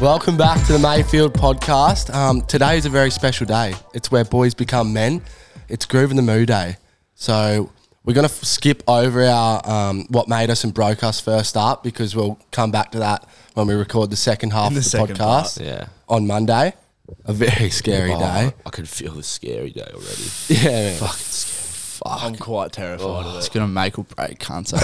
Welcome back to the Mayfield podcast. Um, today is a very special day. It's where boys become men. It's Groove in the Moo Day. So we're going to f- skip over our um, what made us and broke us first up because we'll come back to that when we record the second half In the of the second podcast part, yeah. on Monday. A very scary Oh, day. I can feel the scary day already. Yeah. I'm quite terrified of Oh, It's it. gonna make or break, can't say.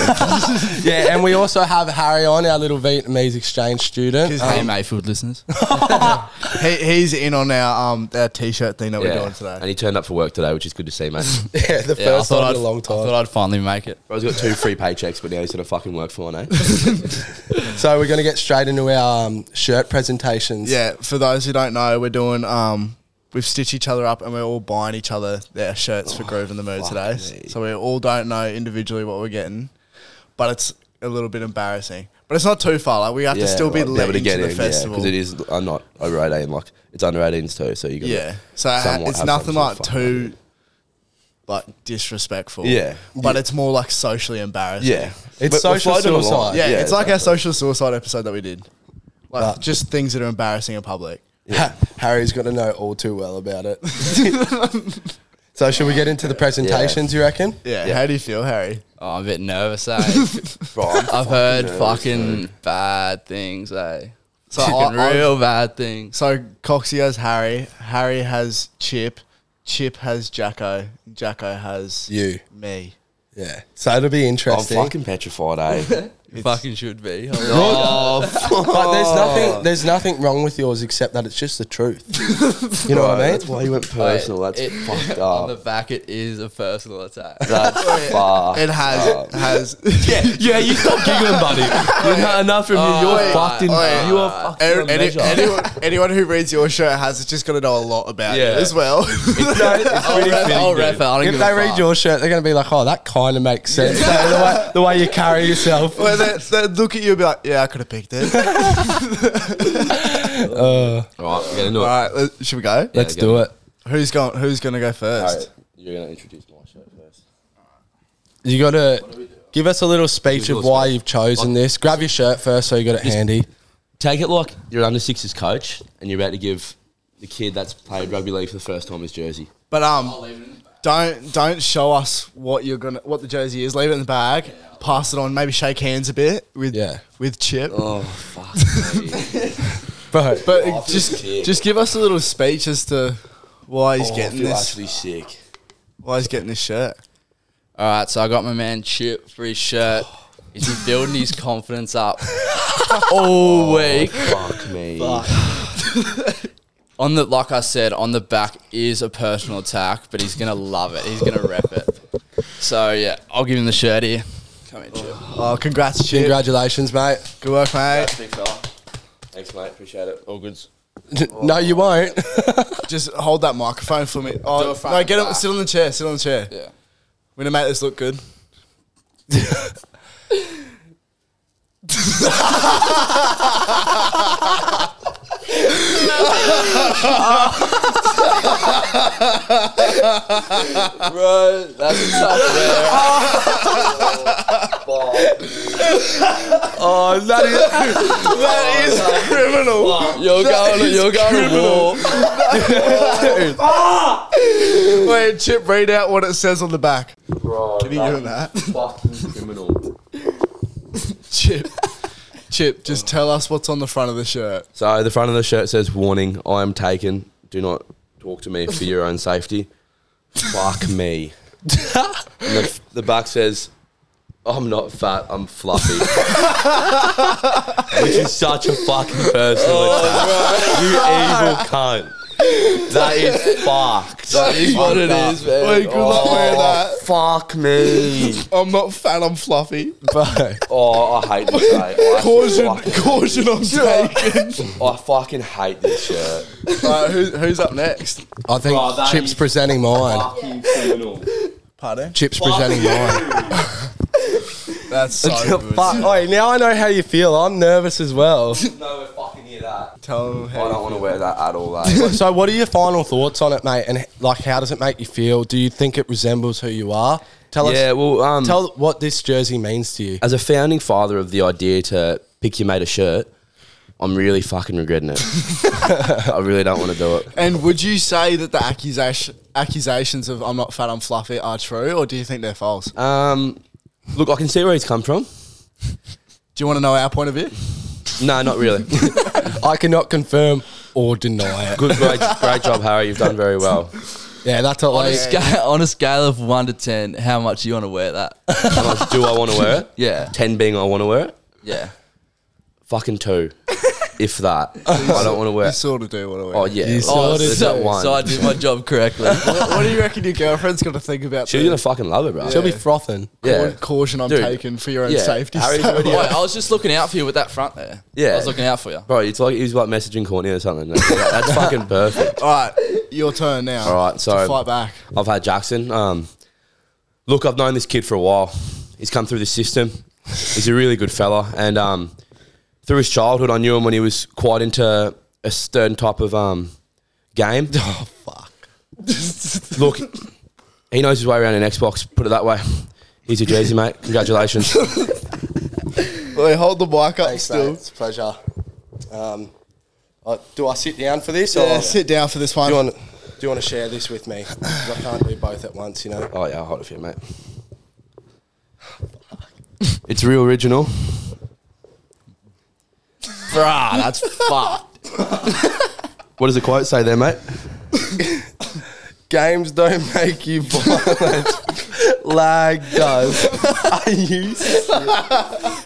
yeah, and we also have Harry on, our little Vietnamese exchange student. hey, Um, Mayfield listeners. He, he's in on our um our t-shirt thing that we're doing And today. he turned up for work today, which is good to see, mate. yeah, the Yeah, I first thought time I'd, in a long I time. thought I'd finally make it. Bro's got two free paychecks, but now he's gonna fucking work for one, eh? So we're going to get straight into our um, shirt presentations. Yeah, for those who don't know, we're doing um we've stitched each other up and we're all buying each other their shirts Oh, for Groove in the Mood today. me. So we all don't know individually what we're getting, but it's a little bit embarrassing. But it's not too far. Like we have to still be like, let into the because festival. it is. I'm not over 18. Like it's under 18s too, so you. Gotta Yeah. So ha- somewhat it's have nothing some sort like of fun around too like disrespectful. Yeah. But it's more like socially embarrassing. Yeah, It's But we're social floating along. suicide. Yeah, it's like our exactly. social suicide episode that we did. Like But- just things that are embarrassing in public. Ha- Harry's got to know all too well about it. so should we get into the presentations, you reckon? Yeah. Yeah. How do you feel, Harry? Oh, I'm a bit nervous, eh? Bro, I'm I've heard nervous, fucking bad things, eh? So fucking I- I- real bad things. So Coxie has Harry, Harry has Chip, Chip has Jacko, Jacko has You. me. Yeah. So it'll be I'm interesting. fucking petrified, eh? You fucking should be. Oh, fuck. but there's nothing there's nothing wrong with yours except that it's just the truth. you know what I mean? That's why you went personal. That's It- fucked On the up. back, it is a personal attack. That's fucked. It has up. has Yeah, yeah, you stop giggling, buddy. You're not enough from you. You're Wait, fucked in. wait. you are fucked Er- in a any- measure. anyone, anyone who reads your shirt has just got to know a lot about Yeah. you as well. I'll ref, I'll ref it. I don't If give a they read fuck. your shirt, they're going to be like, "Oh, that kind of makes sense." the, way, the way you carry yourself. Well, they, they look at you and be like, yeah, I could have picked it. All All right, we're gonna do it. right, let- should we go? Let's okay. do it. Who's going? Who's going to go All first? right, you're gonna introduce my shirt first. You got to give us a little speech Give us of a why speech. you've chosen this. Grab your shirt first, so you got it handy. Take it like you're an under sixes coach and you're about to give the kid that's played rugby league for the first time his jersey. But um, don't don't show us what you're gonna what the jersey is. Leave it in the bag. Pass it on. Maybe shake hands a bit with Yeah. with Chip. Oh fuck! me. Bro, But Oh, I feel just sick. just give us a little speech as to why he's Oh, I getting feel this. actually sick. Why he's getting this shirt. All right, so I got my man Chip for his shirt. He's been building his confidence up all week. Fuck me. On the like I said, on the back is a personal attack, but he's gonna love it. He's gonna rep it. So yeah, I'll give him the shirt here. Come in, Chip. Oh, congrats, Chip. congratulations, mate. Good work, mate. Big fella. Thanks, mate. Appreciate it. All goods. no, you won't. Just hold that microphone for me. Do Oh, it front no, and get up. back. Sit on the chair. Sit on the chair. Yeah. We're gonna make this look good. Bro, that's a tough wear. Oh, that is that is criminal. You're going you're going to war. Wait, Chip, read out what it says on the back. Bro, Can you give him that? Fucking criminal. Chip, Chip, just tell us what's on the front of the shirt. So the front of the shirt says "Warning: I am taken. Do not talk to me for your own safety." Fuck me. and the, the back says, "I'm not fat. I'm fluffy," which is such a fucking personal Oh, attack. You evil cunt. That is fucked. That is what it is, man. Wait, good luck wearing that. Oh, Fuck me. I'm not fat, I'm fluffy. Bro, Oh, I hate this. eh? I actually Caution, fucking- caution, I'm taken. I fucking hate this shirt. Alright, who's, who's up next? I think Bro, that Chip's is- presenting mine. Fucking criminal. Pardon? Chip's presenting mine. That's so good. Fuck, oi, now I know how you feel. I'm nervous as well. No, fucking hear that. Tell him I how don't want to wear that at all. That. so, what are your final thoughts on it, mate? And like, how does it make you feel? Do you think it resembles who you are? Tell yeah, us. well, um, Tell what this jersey means to you. as a founding father of the idea to pick your mate a shirt, I'm really fucking regretting it. I really don't want to do it. And would you say that the accusation, accusations of I'm not fat, I'm fluffy are true, or do you think they're false? Do Um, look, I can see where he's come from. you want to know our point of view? No, not really. I cannot confirm or deny it. Good, great, great job, Harry. You've done very well. Yeah, that's all. On, a Like, scale, on a scale of one to ten, how much you want to wear that? How much do I want to wear it? Yeah, Ten being I want to wear it. yeah. Fucking two, if that. I don't want to wear. You It. sort of do want to wear. Oh it. yeah. You Oh, sorted it's that it. one. So I did my job correctly. What, what do you reckon your girlfriend's got to think about? She's the gonna fucking love it, bro. she'll be frothing. yeah. cau- caution I'm Dude, taking for your own yeah. safety. Harry's So- already- Wait, I was just looking out for you with that front there. Yeah. I was looking out for you. Bro, it's like he was like messaging Courtney or something. Like, that- that's fucking perfect. All right, your turn now. All right, to so- fight back. I've had Jackson. Um, look, I've known this kid for a while. He's come through the system. He's a really good fella, and um, through his childhood, I knew him when he was quite into a certain type of um, game. Oh fuck. Look, he knows his way around an Xbox. Put it that way. He's a jersey, mate. Congratulations. Well, hold the mic up Still, it's a pleasure. Um, I- do I sit down for this, Yeah, or sit down for this do one. you want do you want to share this with me? 'Cause I can't do both at once, you know. Oh yeah, I'll hold it for you, mate. It's real original. Bruh, that's fucked. What does the quote say there, mate? Games don't make you violent. Lag does. Are you? serious? I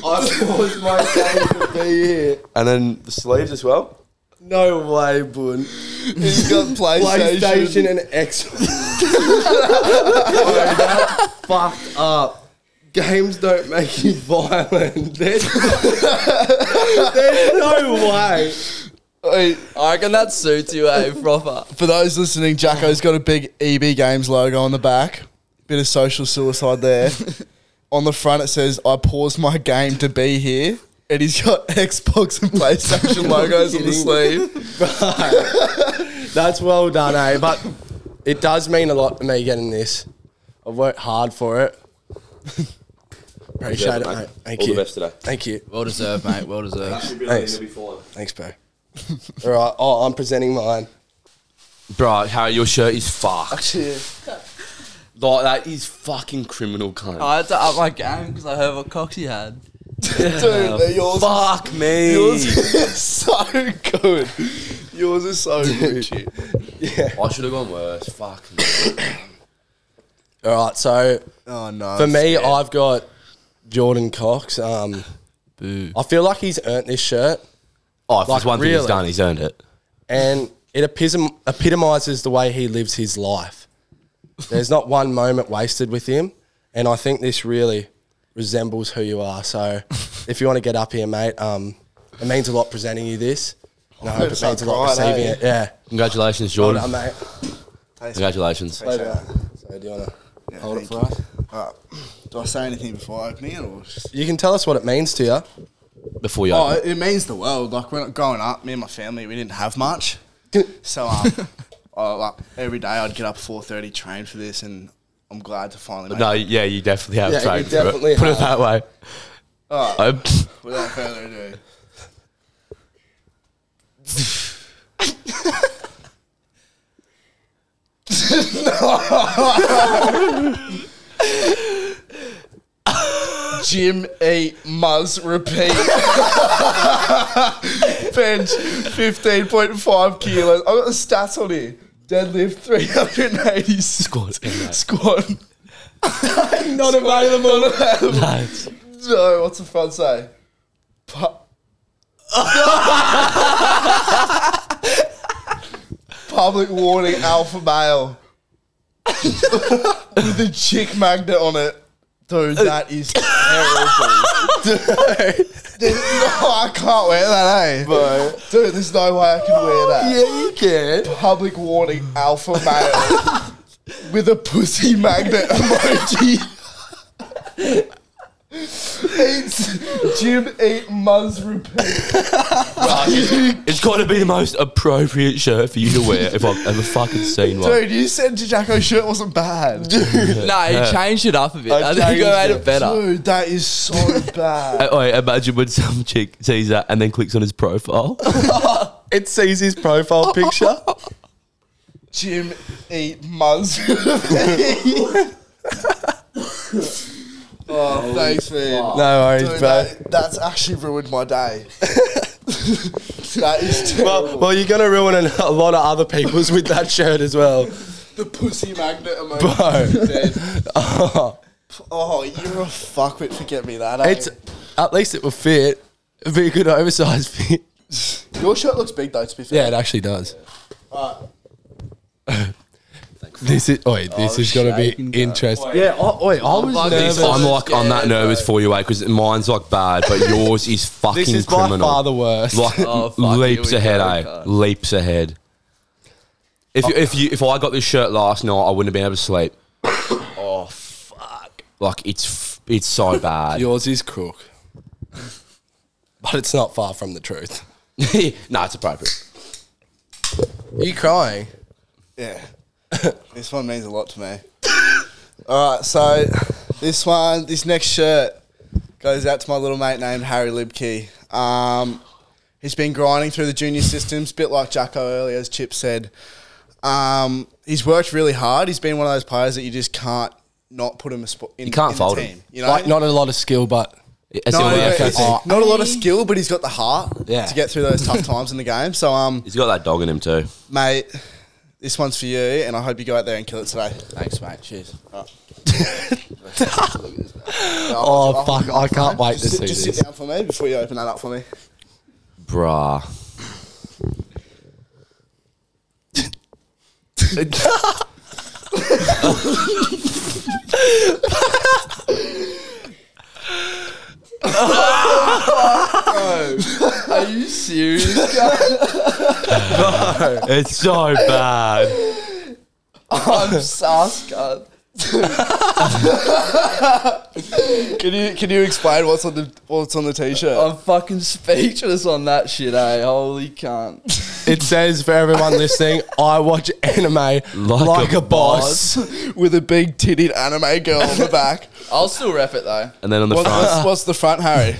paused my game to be here. And then the sleeves as well. No way, Boon. He's got PlayStation. PlayStation and Xbox. fucked up. Games don't make you violent. There's, there's no way. Wait, I reckon that suits you, eh, proper. for those listening, Jacko's got a big E EB Games logo on the back. Bit of social suicide there. on the front, it says, I paused my game to be here. And he's got Xbox and PlayStation logos on the sleeve. That's well done, eh? But it does mean a lot to me getting this. I've worked hard for it. Appreciate it, mate. Thank All you. the best today. Thank you. Well deserved, mate. Well deserved. Thanks. Thanks, bro. All right. Oh, I'm presenting mine. Bro, Harry, your shirt is fucked. Like that is fucking criminal, cunt. I had to up my game because I heard what Coxie had. Dude, yours, Fuck me. yours is so good. Yours is so good. I should have gone worse. Fuck me. All right. So Oh, no. For me, I've got Jordan Cox. Um, Boo. I feel like he's earned this shirt, Oh, if Like, there's one thing really? he's done, he's earned it. and it episom- epitomizes the way he lives his life. There's not one moment wasted with him, and I think this really resembles who you are. So, if you want to get up here, mate, um, it means a lot presenting you this. And I hope it so means a lot proud, receiving eh? it. Yeah, Congratulations, Hold Jordan. on, mate. Congratulations. Hold on. So, do you want to hold it thank for us? Do I say anything before opening it? Or just... You can tell us what it means to you. Before you Oh, open. it it means the world. Like when growing up, me and my family, we didn't have much, so um, I, like every day I'd get up four thirty, train for this, and I'm glad to finally. Make No, it. yeah, you definitely have Yeah, you trained for definitely it. Put have. it that way. Um, I- Without further ado, Jim E. Muzz repeat. Bench 15.5 kilos. I've got the stats on here. Deadlift 380 squat. Squat. Not available. Not available. No, what's the front say? Pa- Public warning alpha male. With a chick magnet on it. Dude, that is terrible. Dude. There's no, I can't wear that, eh? Bro. Dude, there's no way I can wear that. Yeah, you can. Public warning alpha male. with a pussy magnet emoji. Eat Jim, eat Muzz, repeat. It's got to be the most appropriate shirt for you to wear if I've ever fucking seen one. Dude, you said Jacko's shirt wasn't bad. Dude, Nah, he changed it up a bit. I, think changed I made it. it better. Dude, that is so bad. Uh, wait, imagine when some chick sees that and then clicks on his profile. It sees his profile picture. Jim, eat Muzz, repeat. oh, thanks, man. No worries, Dude, bro. that, that's actually ruined my day. that is terrible. Well, well, you're gonna ruin an- a lot of other people's with that shirt as well. the pussy magnet emoji. Bro, Dead. Oh, you're a fuckwit for get me that. eh? it's at least it will fit. It'd be a good oversized fit. your shirt looks big though. To be fair, Yeah, it actually does. this is oi, this is gonna be interesting. Yeah, oh, oi, I was nervous. I'm like, I'm that nervous for you, mate, because mine's like bad, but yours is fucking this is criminal. by far the worst. like Oh, fuck, leaps here we ahead, go, eh? guys. Leaps ahead. If you, if you if I got this shirt last night, I wouldn't have been able to sleep. oh fuck! Like it's f- it's so bad. Yours is crook, but it's not far from the truth. no, it's appropriate. Are you crying? yeah. this one means a lot to me. All right, so this one, this next shirt goes out to my little mate named Harry Libkey. Um, he's been grinding through the junior systems, bit like Jacko earlier, as Chip said. Um, he's worked really hard. He's been one of those players that you just can't not put him a spot in. You can't in fold the him. team, You know, Like not a lot of skill, but It's No, the yeah, work it's ethic. not a lot of skill, but he's got the heart Yeah. to get through those tough times in the game. So, um, He's got that dog in him too. mate, this one's for you, and I hope you go out there and kill it today. Thanks, mate. Cheers. oh fuck, I can't wait to Just, see sit, just sit this. down for me before you open that up for me. Bruh. Are you serious? It's so bad. I'm sus, cunt. Can you can you explain what's on the what's on the t-shirt? I'm fucking speechless on that shit, eh? Holy cunt. It says for everyone listening, I watch anime like, a a, boss. With a big titted anime girl on the back. I'll still rep it though. And then on the What's, front, what's, what's the front, Harry?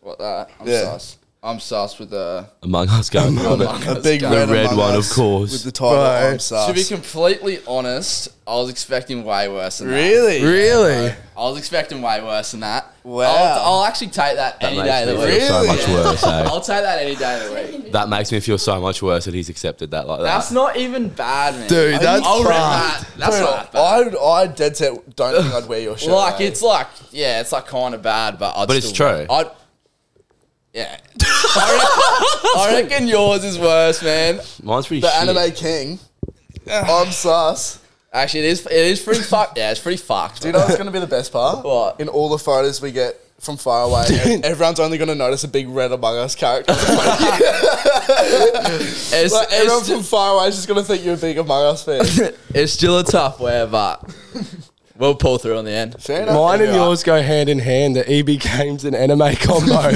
What that? I'm Yeah. sus. I'm sus with the. Among Us going "Oh, on it. A big The red, red Among one, of Us course. With the title, Bro. I'm To be sus. completely honest, I was expecting way worse than that. Really? Really? I was expecting way worse than that. Wow. I'll, I'll actually take that, any day That of the makes week. me feel so Really? much worse. eh? I'll take that any day of the week. That makes me feel so much worse that he's accepted that like that. That's not even bad, man. Dude, that's I'll rep fucked. that. That's Dude, not that bad. I would- I dead set don't think I'd wear your shirt. like mate. it's like yeah, it's like kind of bad, but I'd But it's true. still- I'd, yeah, I reckon, I reckon yours is worse, man. Mine's pretty the shit. anime king. I'm sus. Actually, it is. It is pretty fucked. Yeah, it's pretty fucked. Do you bro. know what's gonna be the best part? What? In all the photos we get from far away, e- everyone's only gonna notice a big red Among Us character. it's, like, everyone it's, from far away is just gonna think you're a big Among Us fan. it's still a tough wear, but we'll pull through in the end. Fair enough. Mine Yeah. and yours go hand in hand. The EB games and anime combo.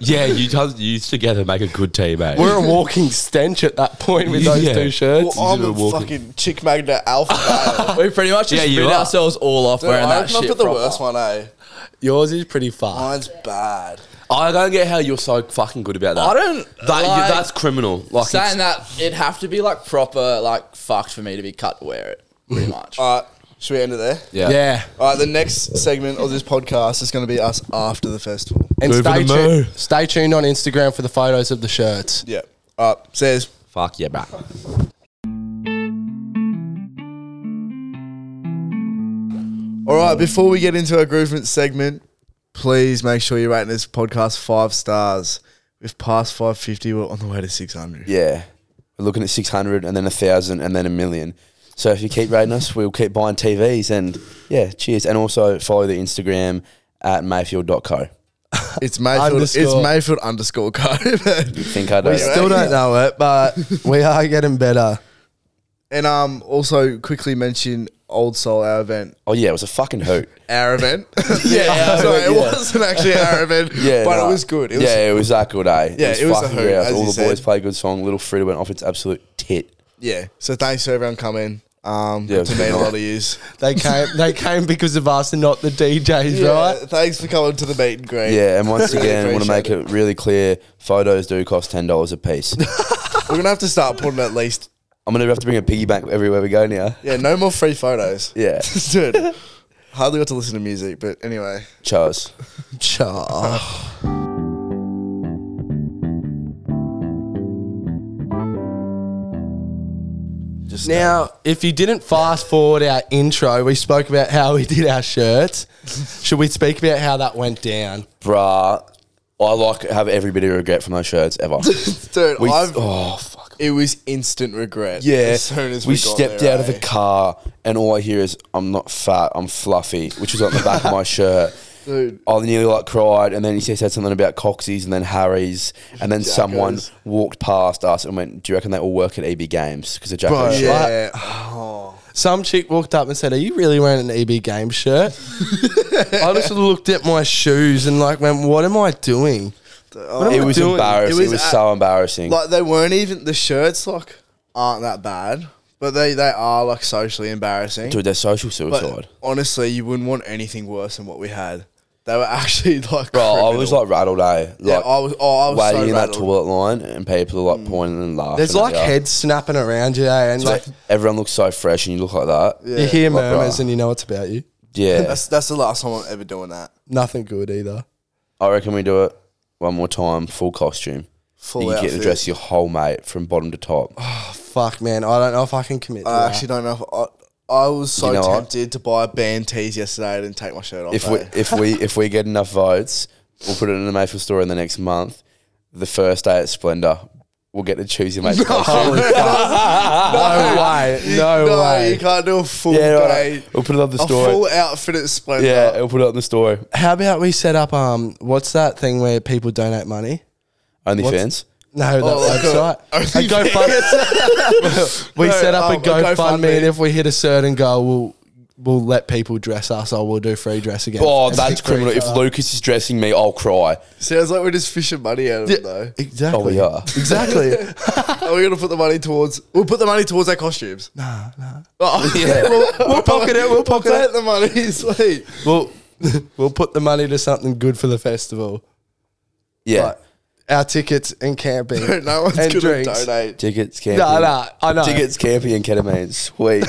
Yeah, you guys you together make a good team, mate. We're a walking stench at that point with those Yeah. two shirts. Well, I'm You're a walking- fucking chick magnet alpha male. We pretty much just Yeah, you rid are. ourselves all off Dude, wearing I that reckon I've shit. got the proper. worst one, eh? Yours is pretty far. Mine's bad. I don't get how you're so fucking good about that. I don't. That, you- like, that's criminal. Like, saying it's, that it'd have to be like proper, like fucked for me to be cut to wear it. Pretty much. Alright, should we end it there? Oh, yeah. Yeah. Alright, the next segment of this podcast is gonna be us after the festival. And Go for stay, tu- the moo. stay tuned on Instagram for the photos of the shirts. Yeah. Alright, says Fuck yeah, bro. All right, before we get into our groovement segment, please make sure you're rating this podcast five stars. We've passed 550, we're on the way to 600. Yeah. We're looking at 600 and then a 1,000 and then a million. So if you keep rating us, we'll keep buying TVs and yeah, cheers. And also follow the Instagram at mayfield.co. It's Mayfield. It's Underscore. Mayfield underscore co. Think I uh, do. Still don't know it, but we are getting better. and um, also quickly mention old soul our event. Oh yeah, it was a fucking hoot. Our event. yeah, sorry, it wasn't actually our event. Yeah, but nah. it was good. It was yeah, it was that good, eh? Yeah, it was a fucking hoot, great. as All you the boys said. played good song. Little Frida went off its absolute tit. Yeah. So thanks to everyone coming. Um, Yeah, it was to good meet a night. lot of yous. They came. they came because of us and not the DJs, right? Yeah, Thanks for coming to the meet and greet. Yeah, and once again, I want to make appreciate it really clear: photos do cost ten dollars a piece. We're gonna have to start putting at least. I'm gonna have to bring a piggy bank everywhere we go now. Yeah, no more free photos. Yeah, dude. Hardly got to listen to music, but anyway. Charles. Cha. Just Now, if you didn't fast forward our intro, we spoke about how we did our shirts. Should we speak about how that went down? Bruh, I like have every bit of regret from those shirts ever. dude, We, I've oh fuck. it was instant regret. Yeah, as soon as we, got stepped there, out of eh? the car, and all I hear is "I'm not fat, I'm fluffy," which was on the back of my shirt. Dude. I nearly like cried, and then he said something about Coxie's, and then Harry's, and then someone Jacko's. walked past us and went, "Do you reckon they all work at EB Games because of Bro, Jacko's?" shirt?" like, Yeah. Oh. Some chick walked up and said, "Are you really wearing an EB game shirt?" I just looked at my shoes and like went, "What am I doing?" What am It I was doing? embarrassing. It It was, was at- so embarrassing. Like they weren't even the shirts like aren't that bad, but they they are like socially embarrassing. Dude, they're social But suicide. honestly, you wouldn't want anything worse than what we had. They were actually like. Bro, I criminal. was like rattled, eh? Like, yeah, I was. Oh, I was waiting so in that rattled. Mm. toilet line, and people are like pointing and laughing. There's at like you. heads snapping around you, eh? and So like everyone looks so fresh, and you look like that. you hear Like, murmurs bruh. and you know it's about you. Yeah, That's that's the last time I'm ever doing that. Nothing good either. I reckon we do it one more time, full costume. Full you get to outfit. Oh, dress your whole mate from bottom to top. Fuck, man, I don't know if I can commit. To I that. actually don't know. If I, I was so You know what? tempted to buy band tees yesterday. I didn't take my shirt off. if we eh? if we if we get enough votes, we'll put it in the Mayfield store in the next month. The first day at Splendor, we'll get to choose your mate's Oh, costume. no way, no, no, you way. can't do a full Yeah, day. right. We'll put it on the A store. full outfit at Splendor. yeah, we'll put it on the store. How about we set up um, what's that thing where people donate money? OnlyFans. No, that like website. a- A GoFund- we No, set up a um, a GoFundMe. GoFundMe, and if we hit a certain goal, we'll we'll let people dress us, or we'll do free dress again. Oh, And uh, that's free criminal. If dress. Lucas is dressing me, I'll cry. Sounds like we're just fishing money out of it though. exactly, Oh, we are. exactly. Are we gonna put the money towards? We'll put the money towards our costumes. Nah, nah. Yeah. we'll, we'll pocket it, we'll pocket take the money. Sweet. we'll we'll put the money to something good for the festival. Yeah, Like our tickets and camping. No one's And gonna drinks. donate. tickets, camping. No, no, I know. Tickets, camping, and ketamine. Sweet.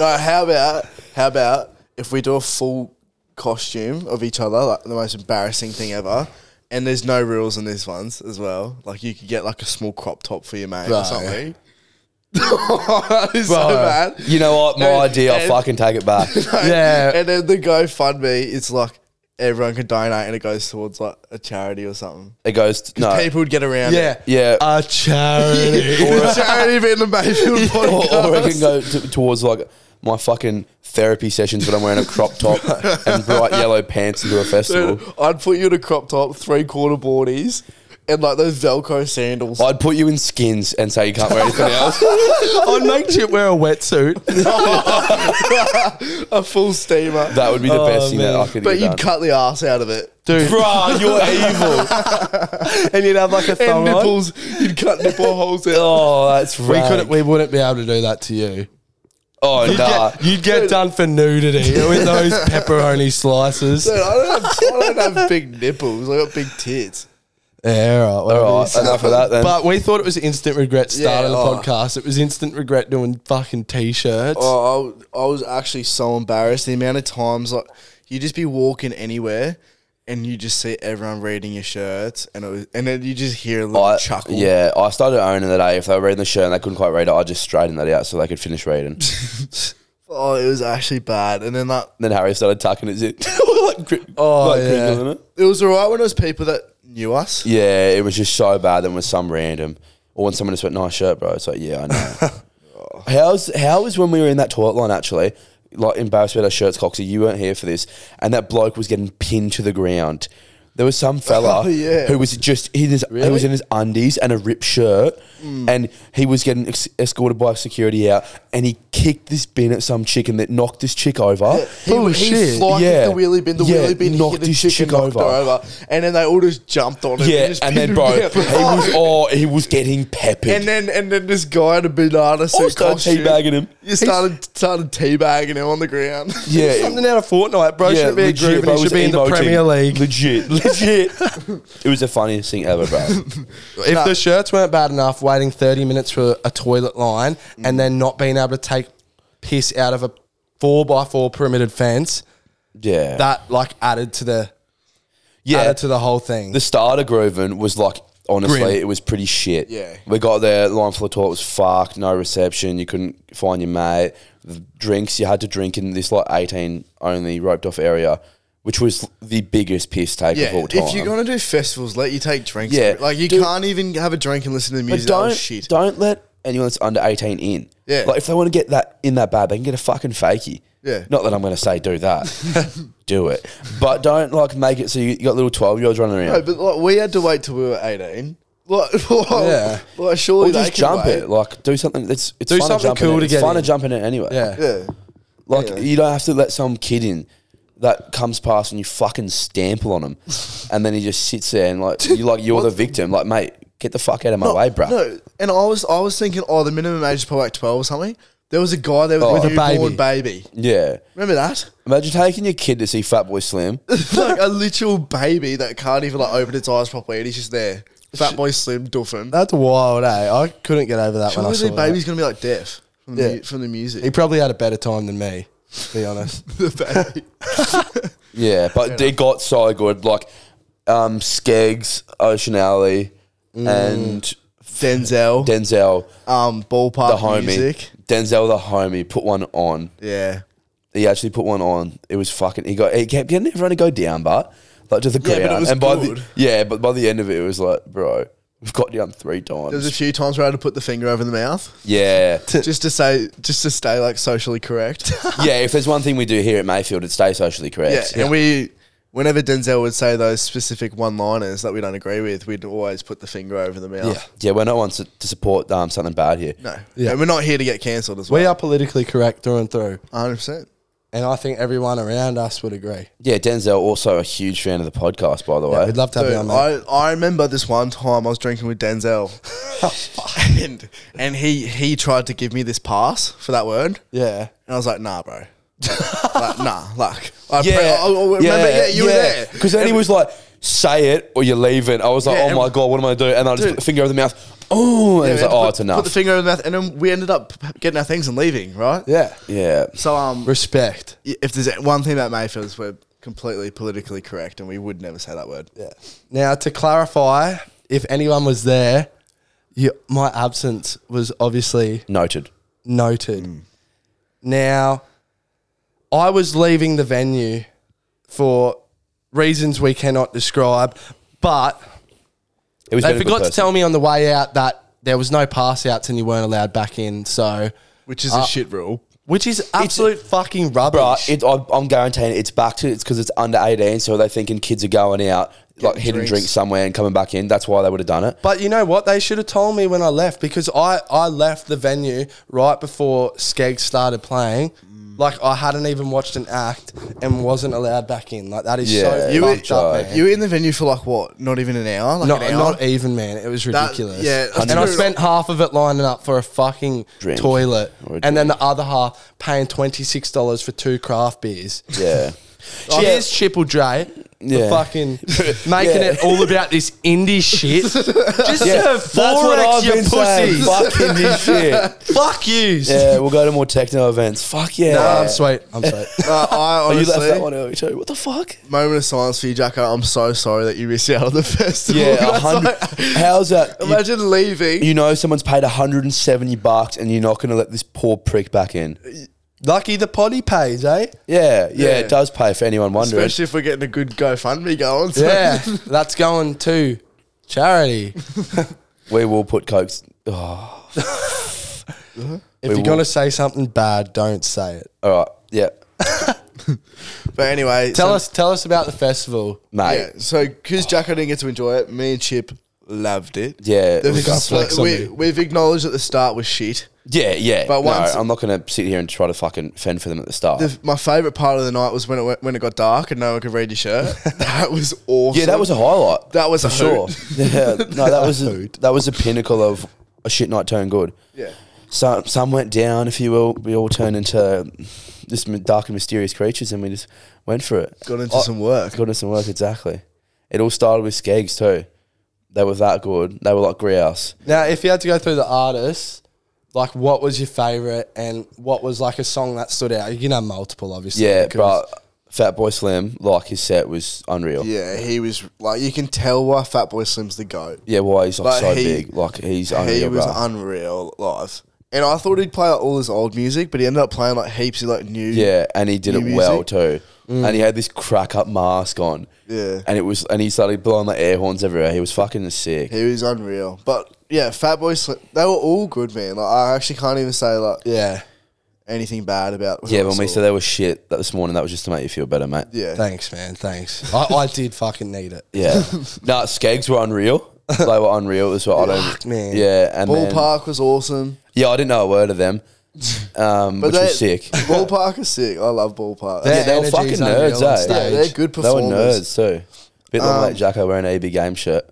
No, how about how about if we do a full costume of each other, like the most embarrassing thing ever, and there's no rules on these ones as well. Like you could get like a small crop top for your mate Bro. or something. that is so Bro. bad. you know what? My And- idea. and- I'll fucking take it back. Yeah. And then the GoFundMe, it's like everyone can donate and it goes towards like a charity or something. It goes no. People would get around Yeah, Yeah. A charity. it. The charity event in Mayfield podcast. or, or I can go t- towards like my fucking therapy sessions when I'm wearing a crop top and bright yellow pants into a festival. Dude, I'd put you in a crop top, three quarter boardies, and like those Velcro sandals. I'd put you in skins and say you can't wear anything else. I'd make you wear a wetsuit. a full steamer. That would be the best Oh, thing that man. I could but have you'd done. cut the ass out of it. Dude, Bruh, you're evil. and you'd have like a And thumb on. nipples. You'd cut nipple holes out. Oh, that's We right. couldn't. We wouldn't be able to do that to you. Oh, You'd, nah. get, you'd get done for nudity with those pepperoni slices. Dude, I don't, have, I don't have big nipples. I got big tits. Yeah, all right, whatever All you right, say. enough of that then. But we thought it was instant regret start of the Yeah, oh. podcast. It was instant regret doing fucking t-shirts. Oh, I, w- I was actually so embarrassed. The amount of times like you just be walking anywhere and you just see everyone reading your shirts, and it was, and then you just hear a little I, chuckle. yeah, I started owning that. eh? If they were reading the shirt and they couldn't quite read it, I just straightened that out so they could finish reading. Oh, it was actually bad. And then that then Harry started tucking his in. like, cri- Oh, like yeah. crinkling it. it was alright when it was people that knew us. Yeah, it was just so bad. Then with some random, or when someone just went nice shirt, bro. It's like, yeah, I know. How's how was when we were in that toilet line actually? Like embarrassed about our shirts, Coxie. You weren't here for this, and that bloke was getting pinned to the ground. There was some fella Oh, yeah. who was just in his he was in his undies and a ripped shirt, Mm. and he was getting ex- escorted by security out, and he kicked this bin at some chicken that knocked this chick over. He, Holy he shit. fly Yeah. kicked the wheelie bin, the Yeah, wheelie bin, knocked knocked he his his chicken, chick knocked her over. over, and then they all just jumped on him. Yeah, just and pinned then him bro, he down. was oh he was getting peppered. And then and then this guy in a banana suit I started costume, teabagging him. You started started teabagging him on the ground. yeah, Something out of Fortnite, bro. Shouldn't be a legit, groove and bro, it it should was be in the emo Premier team. League. Legit, legit. it was the funniest thing ever, bro. If the shirts weren't bad enough, waiting 30 minutes for a toilet line and then not being able to take piss out of a four by four perimetered fence, Yeah, that like added to the yeah. added to the whole thing. The start of Groven was like honestly, Grim. it was pretty shit. Yeah. we got there, line for the toilet was fucked, no reception. You couldn't find your mate. The drinks you had to drink in this like eighteen only roped off area, which was the biggest piss take Yeah, of all time. if you're gonna do festivals, let you take drinks. Yeah, like you dude. can't even have a drink and listen to the but music. don't oh, shit. don't let anyone that's under eighteen in. Yeah. like if they want to get that in that bad, they can get a fucking fakie. Yeah. not that I'm gonna say do that, do it, but don't like make it so you, you got little twelve year olds running around. No, but like we had to wait till we were eighteen. Like, Yeah. like surely Or they just can jump wait. it, like do something. It's it's Do fun something to jump in cool it. to It's get fun in. to jump in it anyway. yeah. Yeah, like Yeah. you don't have to let some kid in that comes past and you fucking stample on him, and then he just sits there and like you like you're the victim. Like mate, get the fuck out of my way, bro. Oh, no. And I was I was thinking, oh, the minimum age is probably like twelve or something. There was a guy there with Oh. a With a newborn baby. Yeah, Remember that? imagine taking your kid to see Fatboy Slim. like a literal baby that can't even like open its eyes properly, and he's just there. Fat boy Slim duffing. That's wild, eh? I couldn't get over that when I Surely saw the baby's that. gonna be like deaf from the Yeah. mu- from the He music. probably had a better time than me, to be honest. the baby. Yeah, but it got so good. Like um, Skeggs, Ocean Alley, Mm. and Denzel, Denzel, um, ballpark the homie. music. Denzel, the homie, put one on. Yeah. he actually put one on. It was fucking. He got. He kept getting everyone to go down, but like to the Yeah, ground. but it was and by good. the yeah, but by the end of it, it was like, bro, we've got down three There was a times. few times where I had to put the finger over the mouth yeah, just to say, just to stay like socially correct. yeah. If there's one thing we do here at Mayfield, it's stay socially yeah, correct. and we, whenever Denzel would say those specific one-liners that we don't agree with, we'd always put the finger over the mouth. Yeah, we're not ones to, to support um, something bad here. No, yeah, and we're not here to get cancelled as well. we are politically correct through and through. hundred percent. And I think everyone around us would agree. Yeah, Denzel also a huge fan of the podcast, by the way. We'd love to have you on, Dude, mate. I, I remember this one time I was drinking with Denzel, and and he he tried to give me this pass for that word, yeah. and I was like, nah, bro, like, nah, like, I yeah, pre- I- I remember, yeah, you were there Because then he was like, "Say it or you're leaving." I was like, Yeah, "Oh and- my god, what am I doing?" And I just Dude. put the finger over the mouth. Oh, and Yeah, he was we had like, to "Oh, put, it's enough." Put the finger in the mouth, and then we ended up getting our things and leaving, right? Yeah. yeah, So, um, Respect. if there's one thing about Mayfield is we're completely politically correct, and we would never say that word. Yeah. Now, to clarify, if anyone was there, you, my absence was obviously noted. noted. Now, I was leaving the venue for reasons we cannot describe, but It was they better for forgot to person. tell me on the way out that there was no pass outs and you weren't allowed back in. So, Which Uh, is a shit rule. which is absolute fucking rubbish. Bro, it, I, I'm guaranteeing it's back to it's because it's under 18, so they're thinking kids are going out, like Getting hitting drinks. drinks somewhere and coming back in. That's why they would have done it. But you know what? They should have told me when I left because I, I left the venue right before Skeg started playing. Like I hadn't even watched an act and wasn't allowed back in. Like that is so Yeah, You were, uh, fucked up, man. you were in the venue for like what? Not even an hour. Like not, an hour. not even, man. It was ridiculous. yeah, and I spent half of it lining up for a fucking Drink. toilet, Or a and then drink. the other half paying twenty six dollars for two craft beers. Yeah. Cheers, Triple J. Oh, Yeah. For fucking making Yeah. it all about this indie shit. Just serve Forex, you pussies. Fucking this shit. Fuck yous. Yeah, we'll go to more techno events. Fuck yeah. Nah, I'm sweet. I'm sweet. Uh, I Oh, you honestly, left that one early too. What the fuck? moment of silence for you, Jacko. I'm so sorry that you missed out on the festival. Yeah, a That's hundred. like- How's that? You, imagine leaving. you know someone's paid 170 bucks and you're not going to let this poor prick back in. Lucky the potty pays, eh? Yeah, yeah, Yeah. it does pay for anyone wondering. Especially if we're getting a good GoFundMe going. So Yeah. That's going to charity. we will put Cokes. Oh, If you're will. going to say something bad, don't say it. all right, yeah. but anyway, Tell so, us, tell us about the festival. mate. Yeah, so because Jacko didn't get to enjoy it, me and Chip loved it. Yeah, The- it was so flex on we, me. we've acknowledged that the start was shit. Yeah, yeah. But But once- no, I'm not going to sit here and try to fucking fend for them at the start. The, my favorite part of the night was when it went- when it got dark and no one could read your shirt. that was awesome. yeah, that was a highlight. That was a for sure. hoot. Yeah, no, that was a, that was a pinnacle of a shit night turned good. Yeah. Some some went down, if you will. We all turned into just m- dark and mysterious creatures, and we just went for it. Got into I- some work. Got into some work exactly. It all started with Skeggs too. They were that good. They were like grouse. Now, if you had to go through the artists, like what was your favorite and what was like a song that stood out? You can have multiple, obviously. Yeah, because- but Fat Boy Slim, like his set was unreal. Yeah, Yeah, he was like you can tell why Fatboy Slim's the goat. why he's Like, like, so he- big. Like he's unreal. he was bruh. unreal live. And I thought he'd play like, all his old music, but he ended up playing like heaps of like new. Yeah, and he did New it music. well too. And he had this crack up mask on. Mm. Yeah. And it was and he started blowing like air horns everywhere. He was fucking sick. He was unreal. But yeah, Fatboy Slim, they were all good, man. Like I actually can't even say like yeah, anything bad about. who yeah, I when we saw. said they were shit that this morning, that was just to make you feel better, mate. Yeah, thanks, man, thanks. I, I did fucking need it. Yeah. nah, Skeggs were unreal. They were unreal as well. I don't man. Yeah, and then- Ballpark was awesome. Yeah, I didn't know a word of them. Um But which they, was sick. Ballpark is sick. I love Ballpark. Yeah, they were energy fucking is unreal nerds, on eh? stage. Yeah, they're good They were performers. Um, nerds too. Bit like Jacko wearing an EB game shirt.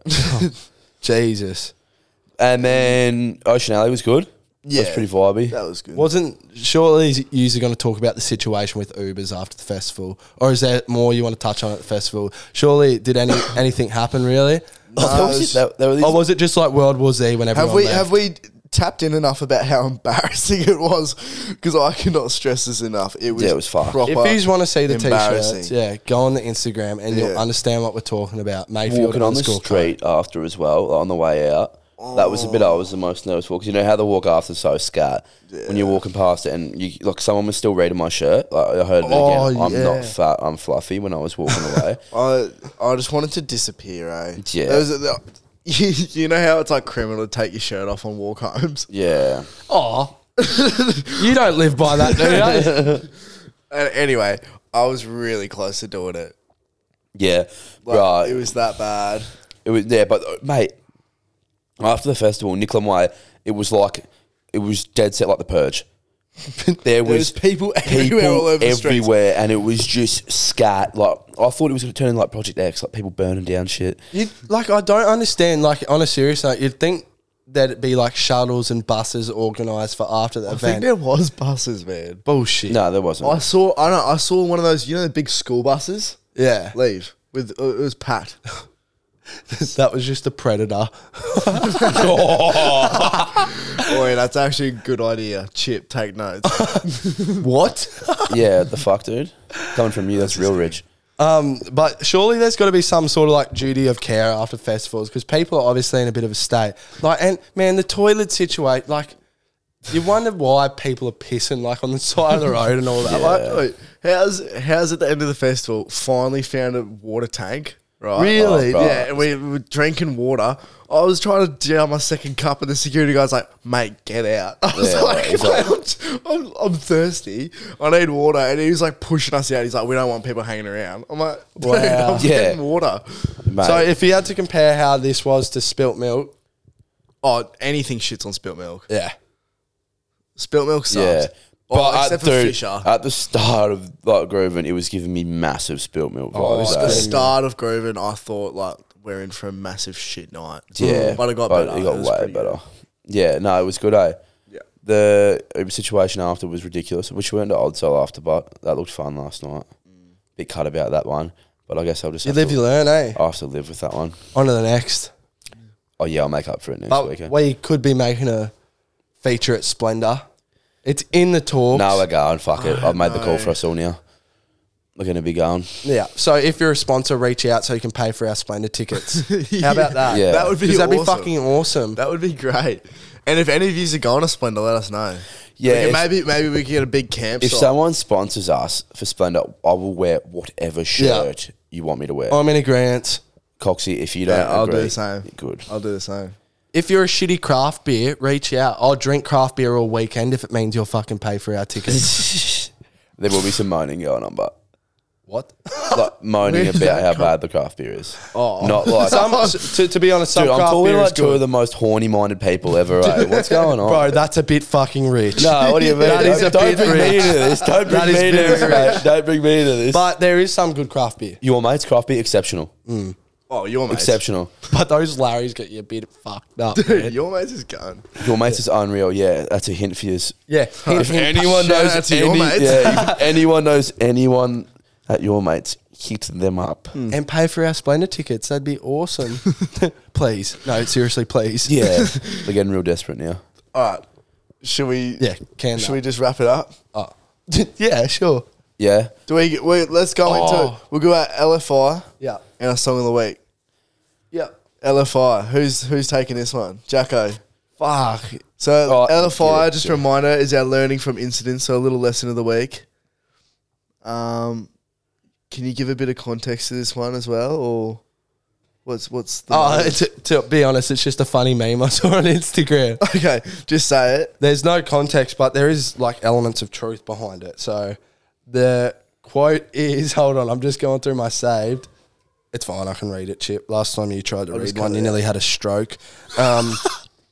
Jesus, and then Ocean Alley was good. Yeah. That's pretty vibey. That was good. wasn't surely you are going to talk about the situation with Ubers after the festival, or is there more you want to touch on at the festival? Surely, did any anything happen really, Oh, that was it. That- that was- or was it just like World War Z when everyone Have we left? have we tapped in enough about how embarrassing it was? Because I cannot stress this enough. It was Yeah, it was fucked. proper. If you want to see the embarrassing. t-shirts, yeah, go on the Instagram and you'll Yeah. understand what we're talking about. Mayfield walking on the underscore street after as well like, on the way out. That was the bit I was the most nervous for because you know how the walk after is so scat when you're walking past it and you like someone was still reading my shirt. Like I heard it Oh, again. I'm yeah. not fat. I'm fluffy. When I was walking away, I I just wanted to disappear, eh? Yeah. There was a- there- you, you know how it's like criminal to take your shirt off on walk homes, yeah, Oh, you don't live by that, do you? and anyway, I was really close to doing it. yeah, Like, right. It was that bad. It was yeah, but uh, mate, after the festival, Nick Lamoy, it was like it was dead set like the purge. There was was people everywhere all over the streets. everywhere, and it was just scat. Like I thought it was going to turn into like Project X, like people burning down shit. you? Like, I don't understand. Like, on a serious note, you'd think that it'd be like shuttles and buses organised for after the I think event. there was buses, man. Bullshit. No, there wasn't. I saw I know I saw one of those. You know the big school buses. Yeah, Leave with uh, it was Pat. that was just a predator. Boy, that's actually a good idea. Chip, take notes. what? yeah, the fuck, dude. Coming from you, that's real rich. Um, but surely there's got to be some sort of like duty of care after festivals because people are obviously in a bit of a state. Like, and man, the toilet situation, like, you wonder why people are pissing like on the side of the road and all that. Like, Like, wait, how's how's at the end of the festival? Finally found a water tank. Right. Really? Oh, right. yeah. And we were drinking water. I was trying to down my second cup, and the security guy's like, "Mate, get out." I was Yeah, like, right, he's like- I'm, I'm, I'm thirsty. I need water." And he was like pushing us out. He's like, "We don't want people hanging around." I'm like, "Dude, Wow. I'm Yeah. getting water." Mate. So if you had to compare how this was to spilt milk, Oh, anything shits on spilt milk. yeah, Spilt milk sucks. yeah. Oh, But except at, for dude, Fisher. at the start of like Groven, it was giving me massive spilt milk vibes. At eh? the start of Groven, I thought like we're in for a massive shit night. Yeah, but it got better. It got was way pretty better. Yeah, no, it was good. Eh? Yeah. The Uber situation after was ridiculous, which we went to Odd Soul after, but that looked fun last night. Mm. Bit cut about that one, but I guess I'll just you have live, to, you learn, eh? I have to live with that one. On to the next. Oh yeah, I'll make up for it next But weekend. we could be making a feature at Splendor. It's in the talks. No, we're going. Fuck it. I've made the call for us all now. We're gonna be going. yeah. So if you're a sponsor, reach out so you can pay for our Splendor tickets. How about that? Yeah. That would be 'Cause that'd be awesome. fucking awesome. That would be great. And if any of you are going to Splendor, let us know. Yeah, We can- if- maybe maybe we can get a big camp. If someone sponsors us for Splendor, I will wear whatever shirt you want me to wear. I'm in agreement. Coxie, if you don't, Oh. Yeah, I'll do agree, the same. Good. I'll do the same. If you're a shitty craft beer, reach out. I'll drink craft beer all weekend if it means you'll fucking pay for our tickets. there will be some moaning going on, but What? like moaning Where's about that how come- bad the craft beer is. Oh, not like Some, to, to be honest, some dude. I'm craft talking beer like is two of good. the most horny-minded people ever. Right? What's going on, Bro, that's a bit fucking rich. No, what do you mean? That is a bit don't bring me rich. into this. That Don't bring is me into very this, mate. Don't bring me into this. But there is some good craft beer. your mate's craft beer exceptional, Oh, your mates. exceptional. But those Larrys get you a bit fucked up. man. Your mate's is gone. Your mate's is unreal. Yeah, that's a hint for you. Yeah. If anyone Shout knows out to your any- mates. yeah, if anyone knows anyone at your mates, hit them up. and pay for our Splendor tickets. That'd be awesome. please. No, seriously, please. Yeah, they're getting real desperate now. All right. Should we? Yeah, can Should that. we just wrap it up? Oh. yeah, sure. Yeah, Do we? get- Wait, let's go Oh. into. We'll go out LFI Yeah. and our song of the week. Yeah. LFI. Who's who's taking this one? Jacko. Fuck. So Oh, LFI, yeah, just a yeah. reminder, is our learning from incidents. So a little lesson of the week. Um, can you give a bit of context to this one as well, or what's what's the Oh, to, to be honest, it's just a funny meme I saw on Instagram. okay? Just say it. There's no context, but there is like elements of truth behind it. So the quote is hold on, I'm just going through my saved. It's fine, I can read it, Chip. Last time you tried to read one, you nearly had a stroke. Um,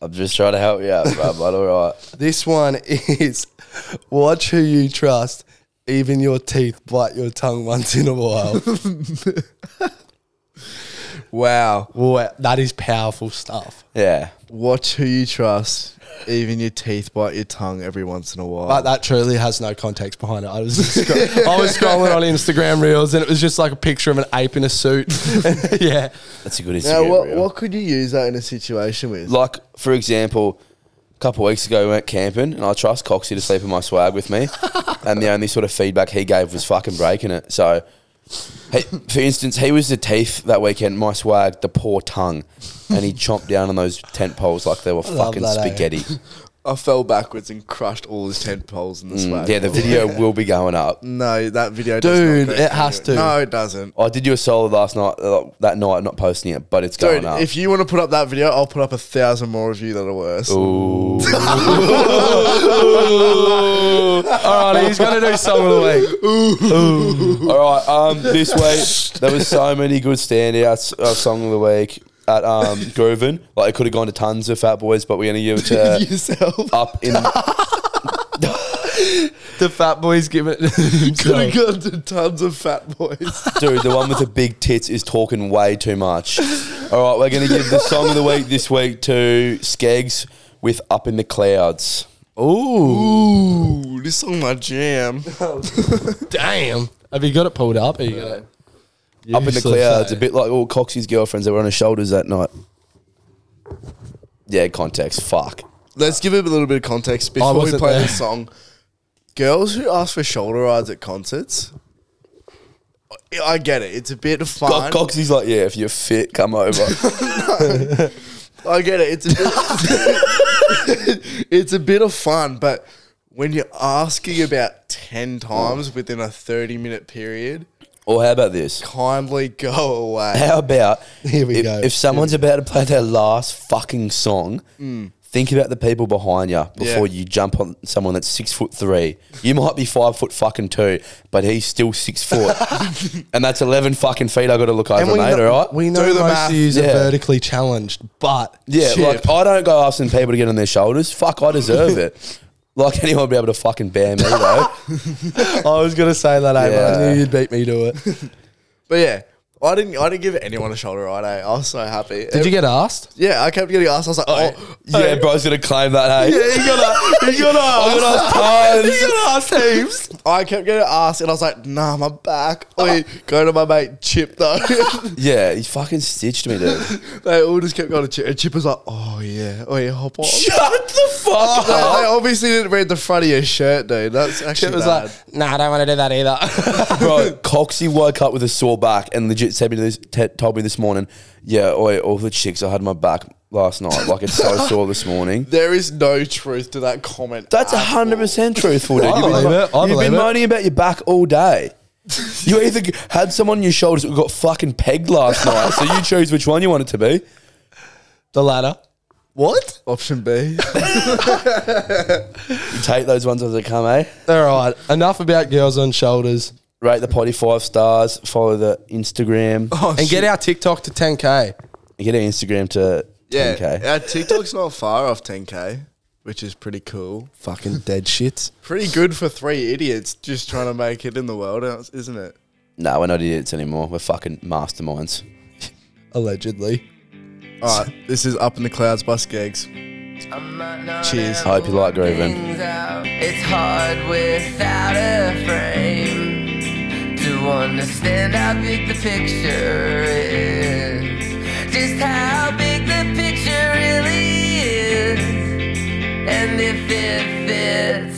I'm just trying to help you out, bro, but all right. This one is watch who you trust. Even your teeth bite your tongue once in a while. Wow. wow, that is powerful stuff. Yeah, Watch who you trust. Even your teeth bite your tongue every once in a while. But that truly has no context behind it. I was just scro- I was scrolling on Instagram reels and it was just like a picture of an ape in a suit. yeah, that's a good Instagram. now, what reel. what could you use that in a situation with? like for example, a couple of weeks ago we went camping, and I trust Coxie to sleep in my swag with me, and the only sort of feedback he gave was fucking breaking it. So, he, for instance, he was the teeth that weekend. My swag, the poor tongue, and he chomped down on those tent poles like they were love fucking that, eh? spaghetti. I fell backwards and crushed all his tent poles in the swag. Mm, yeah, the video will be going up. No, that video. Dude, does not go it has anywhere. to. No, it doesn't. I did you a solid last night, uh, that night, not posting it, but it's going Dude, up. if you want to put up that video, I'll put up a thousand more of you that are worse. all right, he's gonna do song of the week. All right, um, this week there was so many good standouts of song of the week at um, Groovin. Like it could have gone to tons of Fat Boys, but we only give it Uh, to Yourself. up in. The fat boys give it. Could have gone to tons of fat boys. Dude, the one with the big tits is talking way too much. All right, we're going to give the song of the week this week to Skeggs with "Up in the Clouds." Ooh, this song my jam. Damn, have you got it pulled up? Are you got it? Up in the clouds, eh? a bit like all Coxie's girlfriends that were on his shoulders that night. Yeah, context. Fuck. Let's give it a little bit of context before we wasn't play there. this song. Girls who ask for shoulder rides at concerts, I- I get it. It's a bit Co- fine. Coxie's like, yeah, if you're fit, come over. I get it. It's a bit, it's a bit of fun, but when you're asking about ten times within a thirty minute period, or how about this? kindly go away. How about Here we Mm. if, go. if someone's about to play their last fucking song, think about the people behind you before Yeah. you jump on someone that's six foot three. You might be five foot fucking two, but he's still six foot, and that's eleven fucking feet I got to look over, we mate. know, all right. we know Do the most math. of yous Yeah. are vertically challenged, but yeah, Chip, like I don't go asking people to get on their shoulders. Fuck, I deserve it. Like anyone would be able to fucking bear me though. I was gonna say that, eh, but I Yeah. knew you'd beat me to it. But yeah, I didn't. I didn't give anyone a shoulder ride. Eh? I was so happy. Did you get asked? Yeah, I kept getting asked. I was like, oh, yeah, bro's gonna claim that. Hey, you gotta, you gotta. I'm gonna ask tons. I kept getting asked, and I was like, nah, my back. Wait, go to my mate Chip though. Yeah, he fucking stitched me, dude. they all just kept going to Chip, and Chip was like, oh yeah, oh yeah, hop on. Shut the fuck They, they obviously didn't read the front of your shirt, dude. That's actually It was bad. like, nah, I don't want to do that either. Bro, Coxie woke up with a sore back and legit said me this, te- told me this morning, yeah, oi, all the chicks, I had my back last night. Like, it's so sore this morning. there is no truth to that comment. That's at all. 100% truthful, dude. I You've been, believe it. I you've believe been it. moaning about your back all day. You either g- had someone on your shoulders who got fucking pegged last night, so you choose which one you want it to be. the ladder. What? option B. You take those ones as they come, eh? All right. Enough about girls on shoulders. Rate the potty five stars. Follow the Instagram. Oh, and get our TikTok to 10k. Get our Instagram to Yeah, 10K. our TikTok's not far off 10k, which is pretty cool. Fucking dead shits. Pretty good for three idiots just trying to make it in the world, else, isn't it? No, we're not idiots anymore. We're fucking masterminds. Allegedly. All right, this is up in the clouds by Skeggs. Cheers. I hope you like grooving. things out. It's hard without a frame to understand how big the picture is. Just how big the picture really is. And if it fits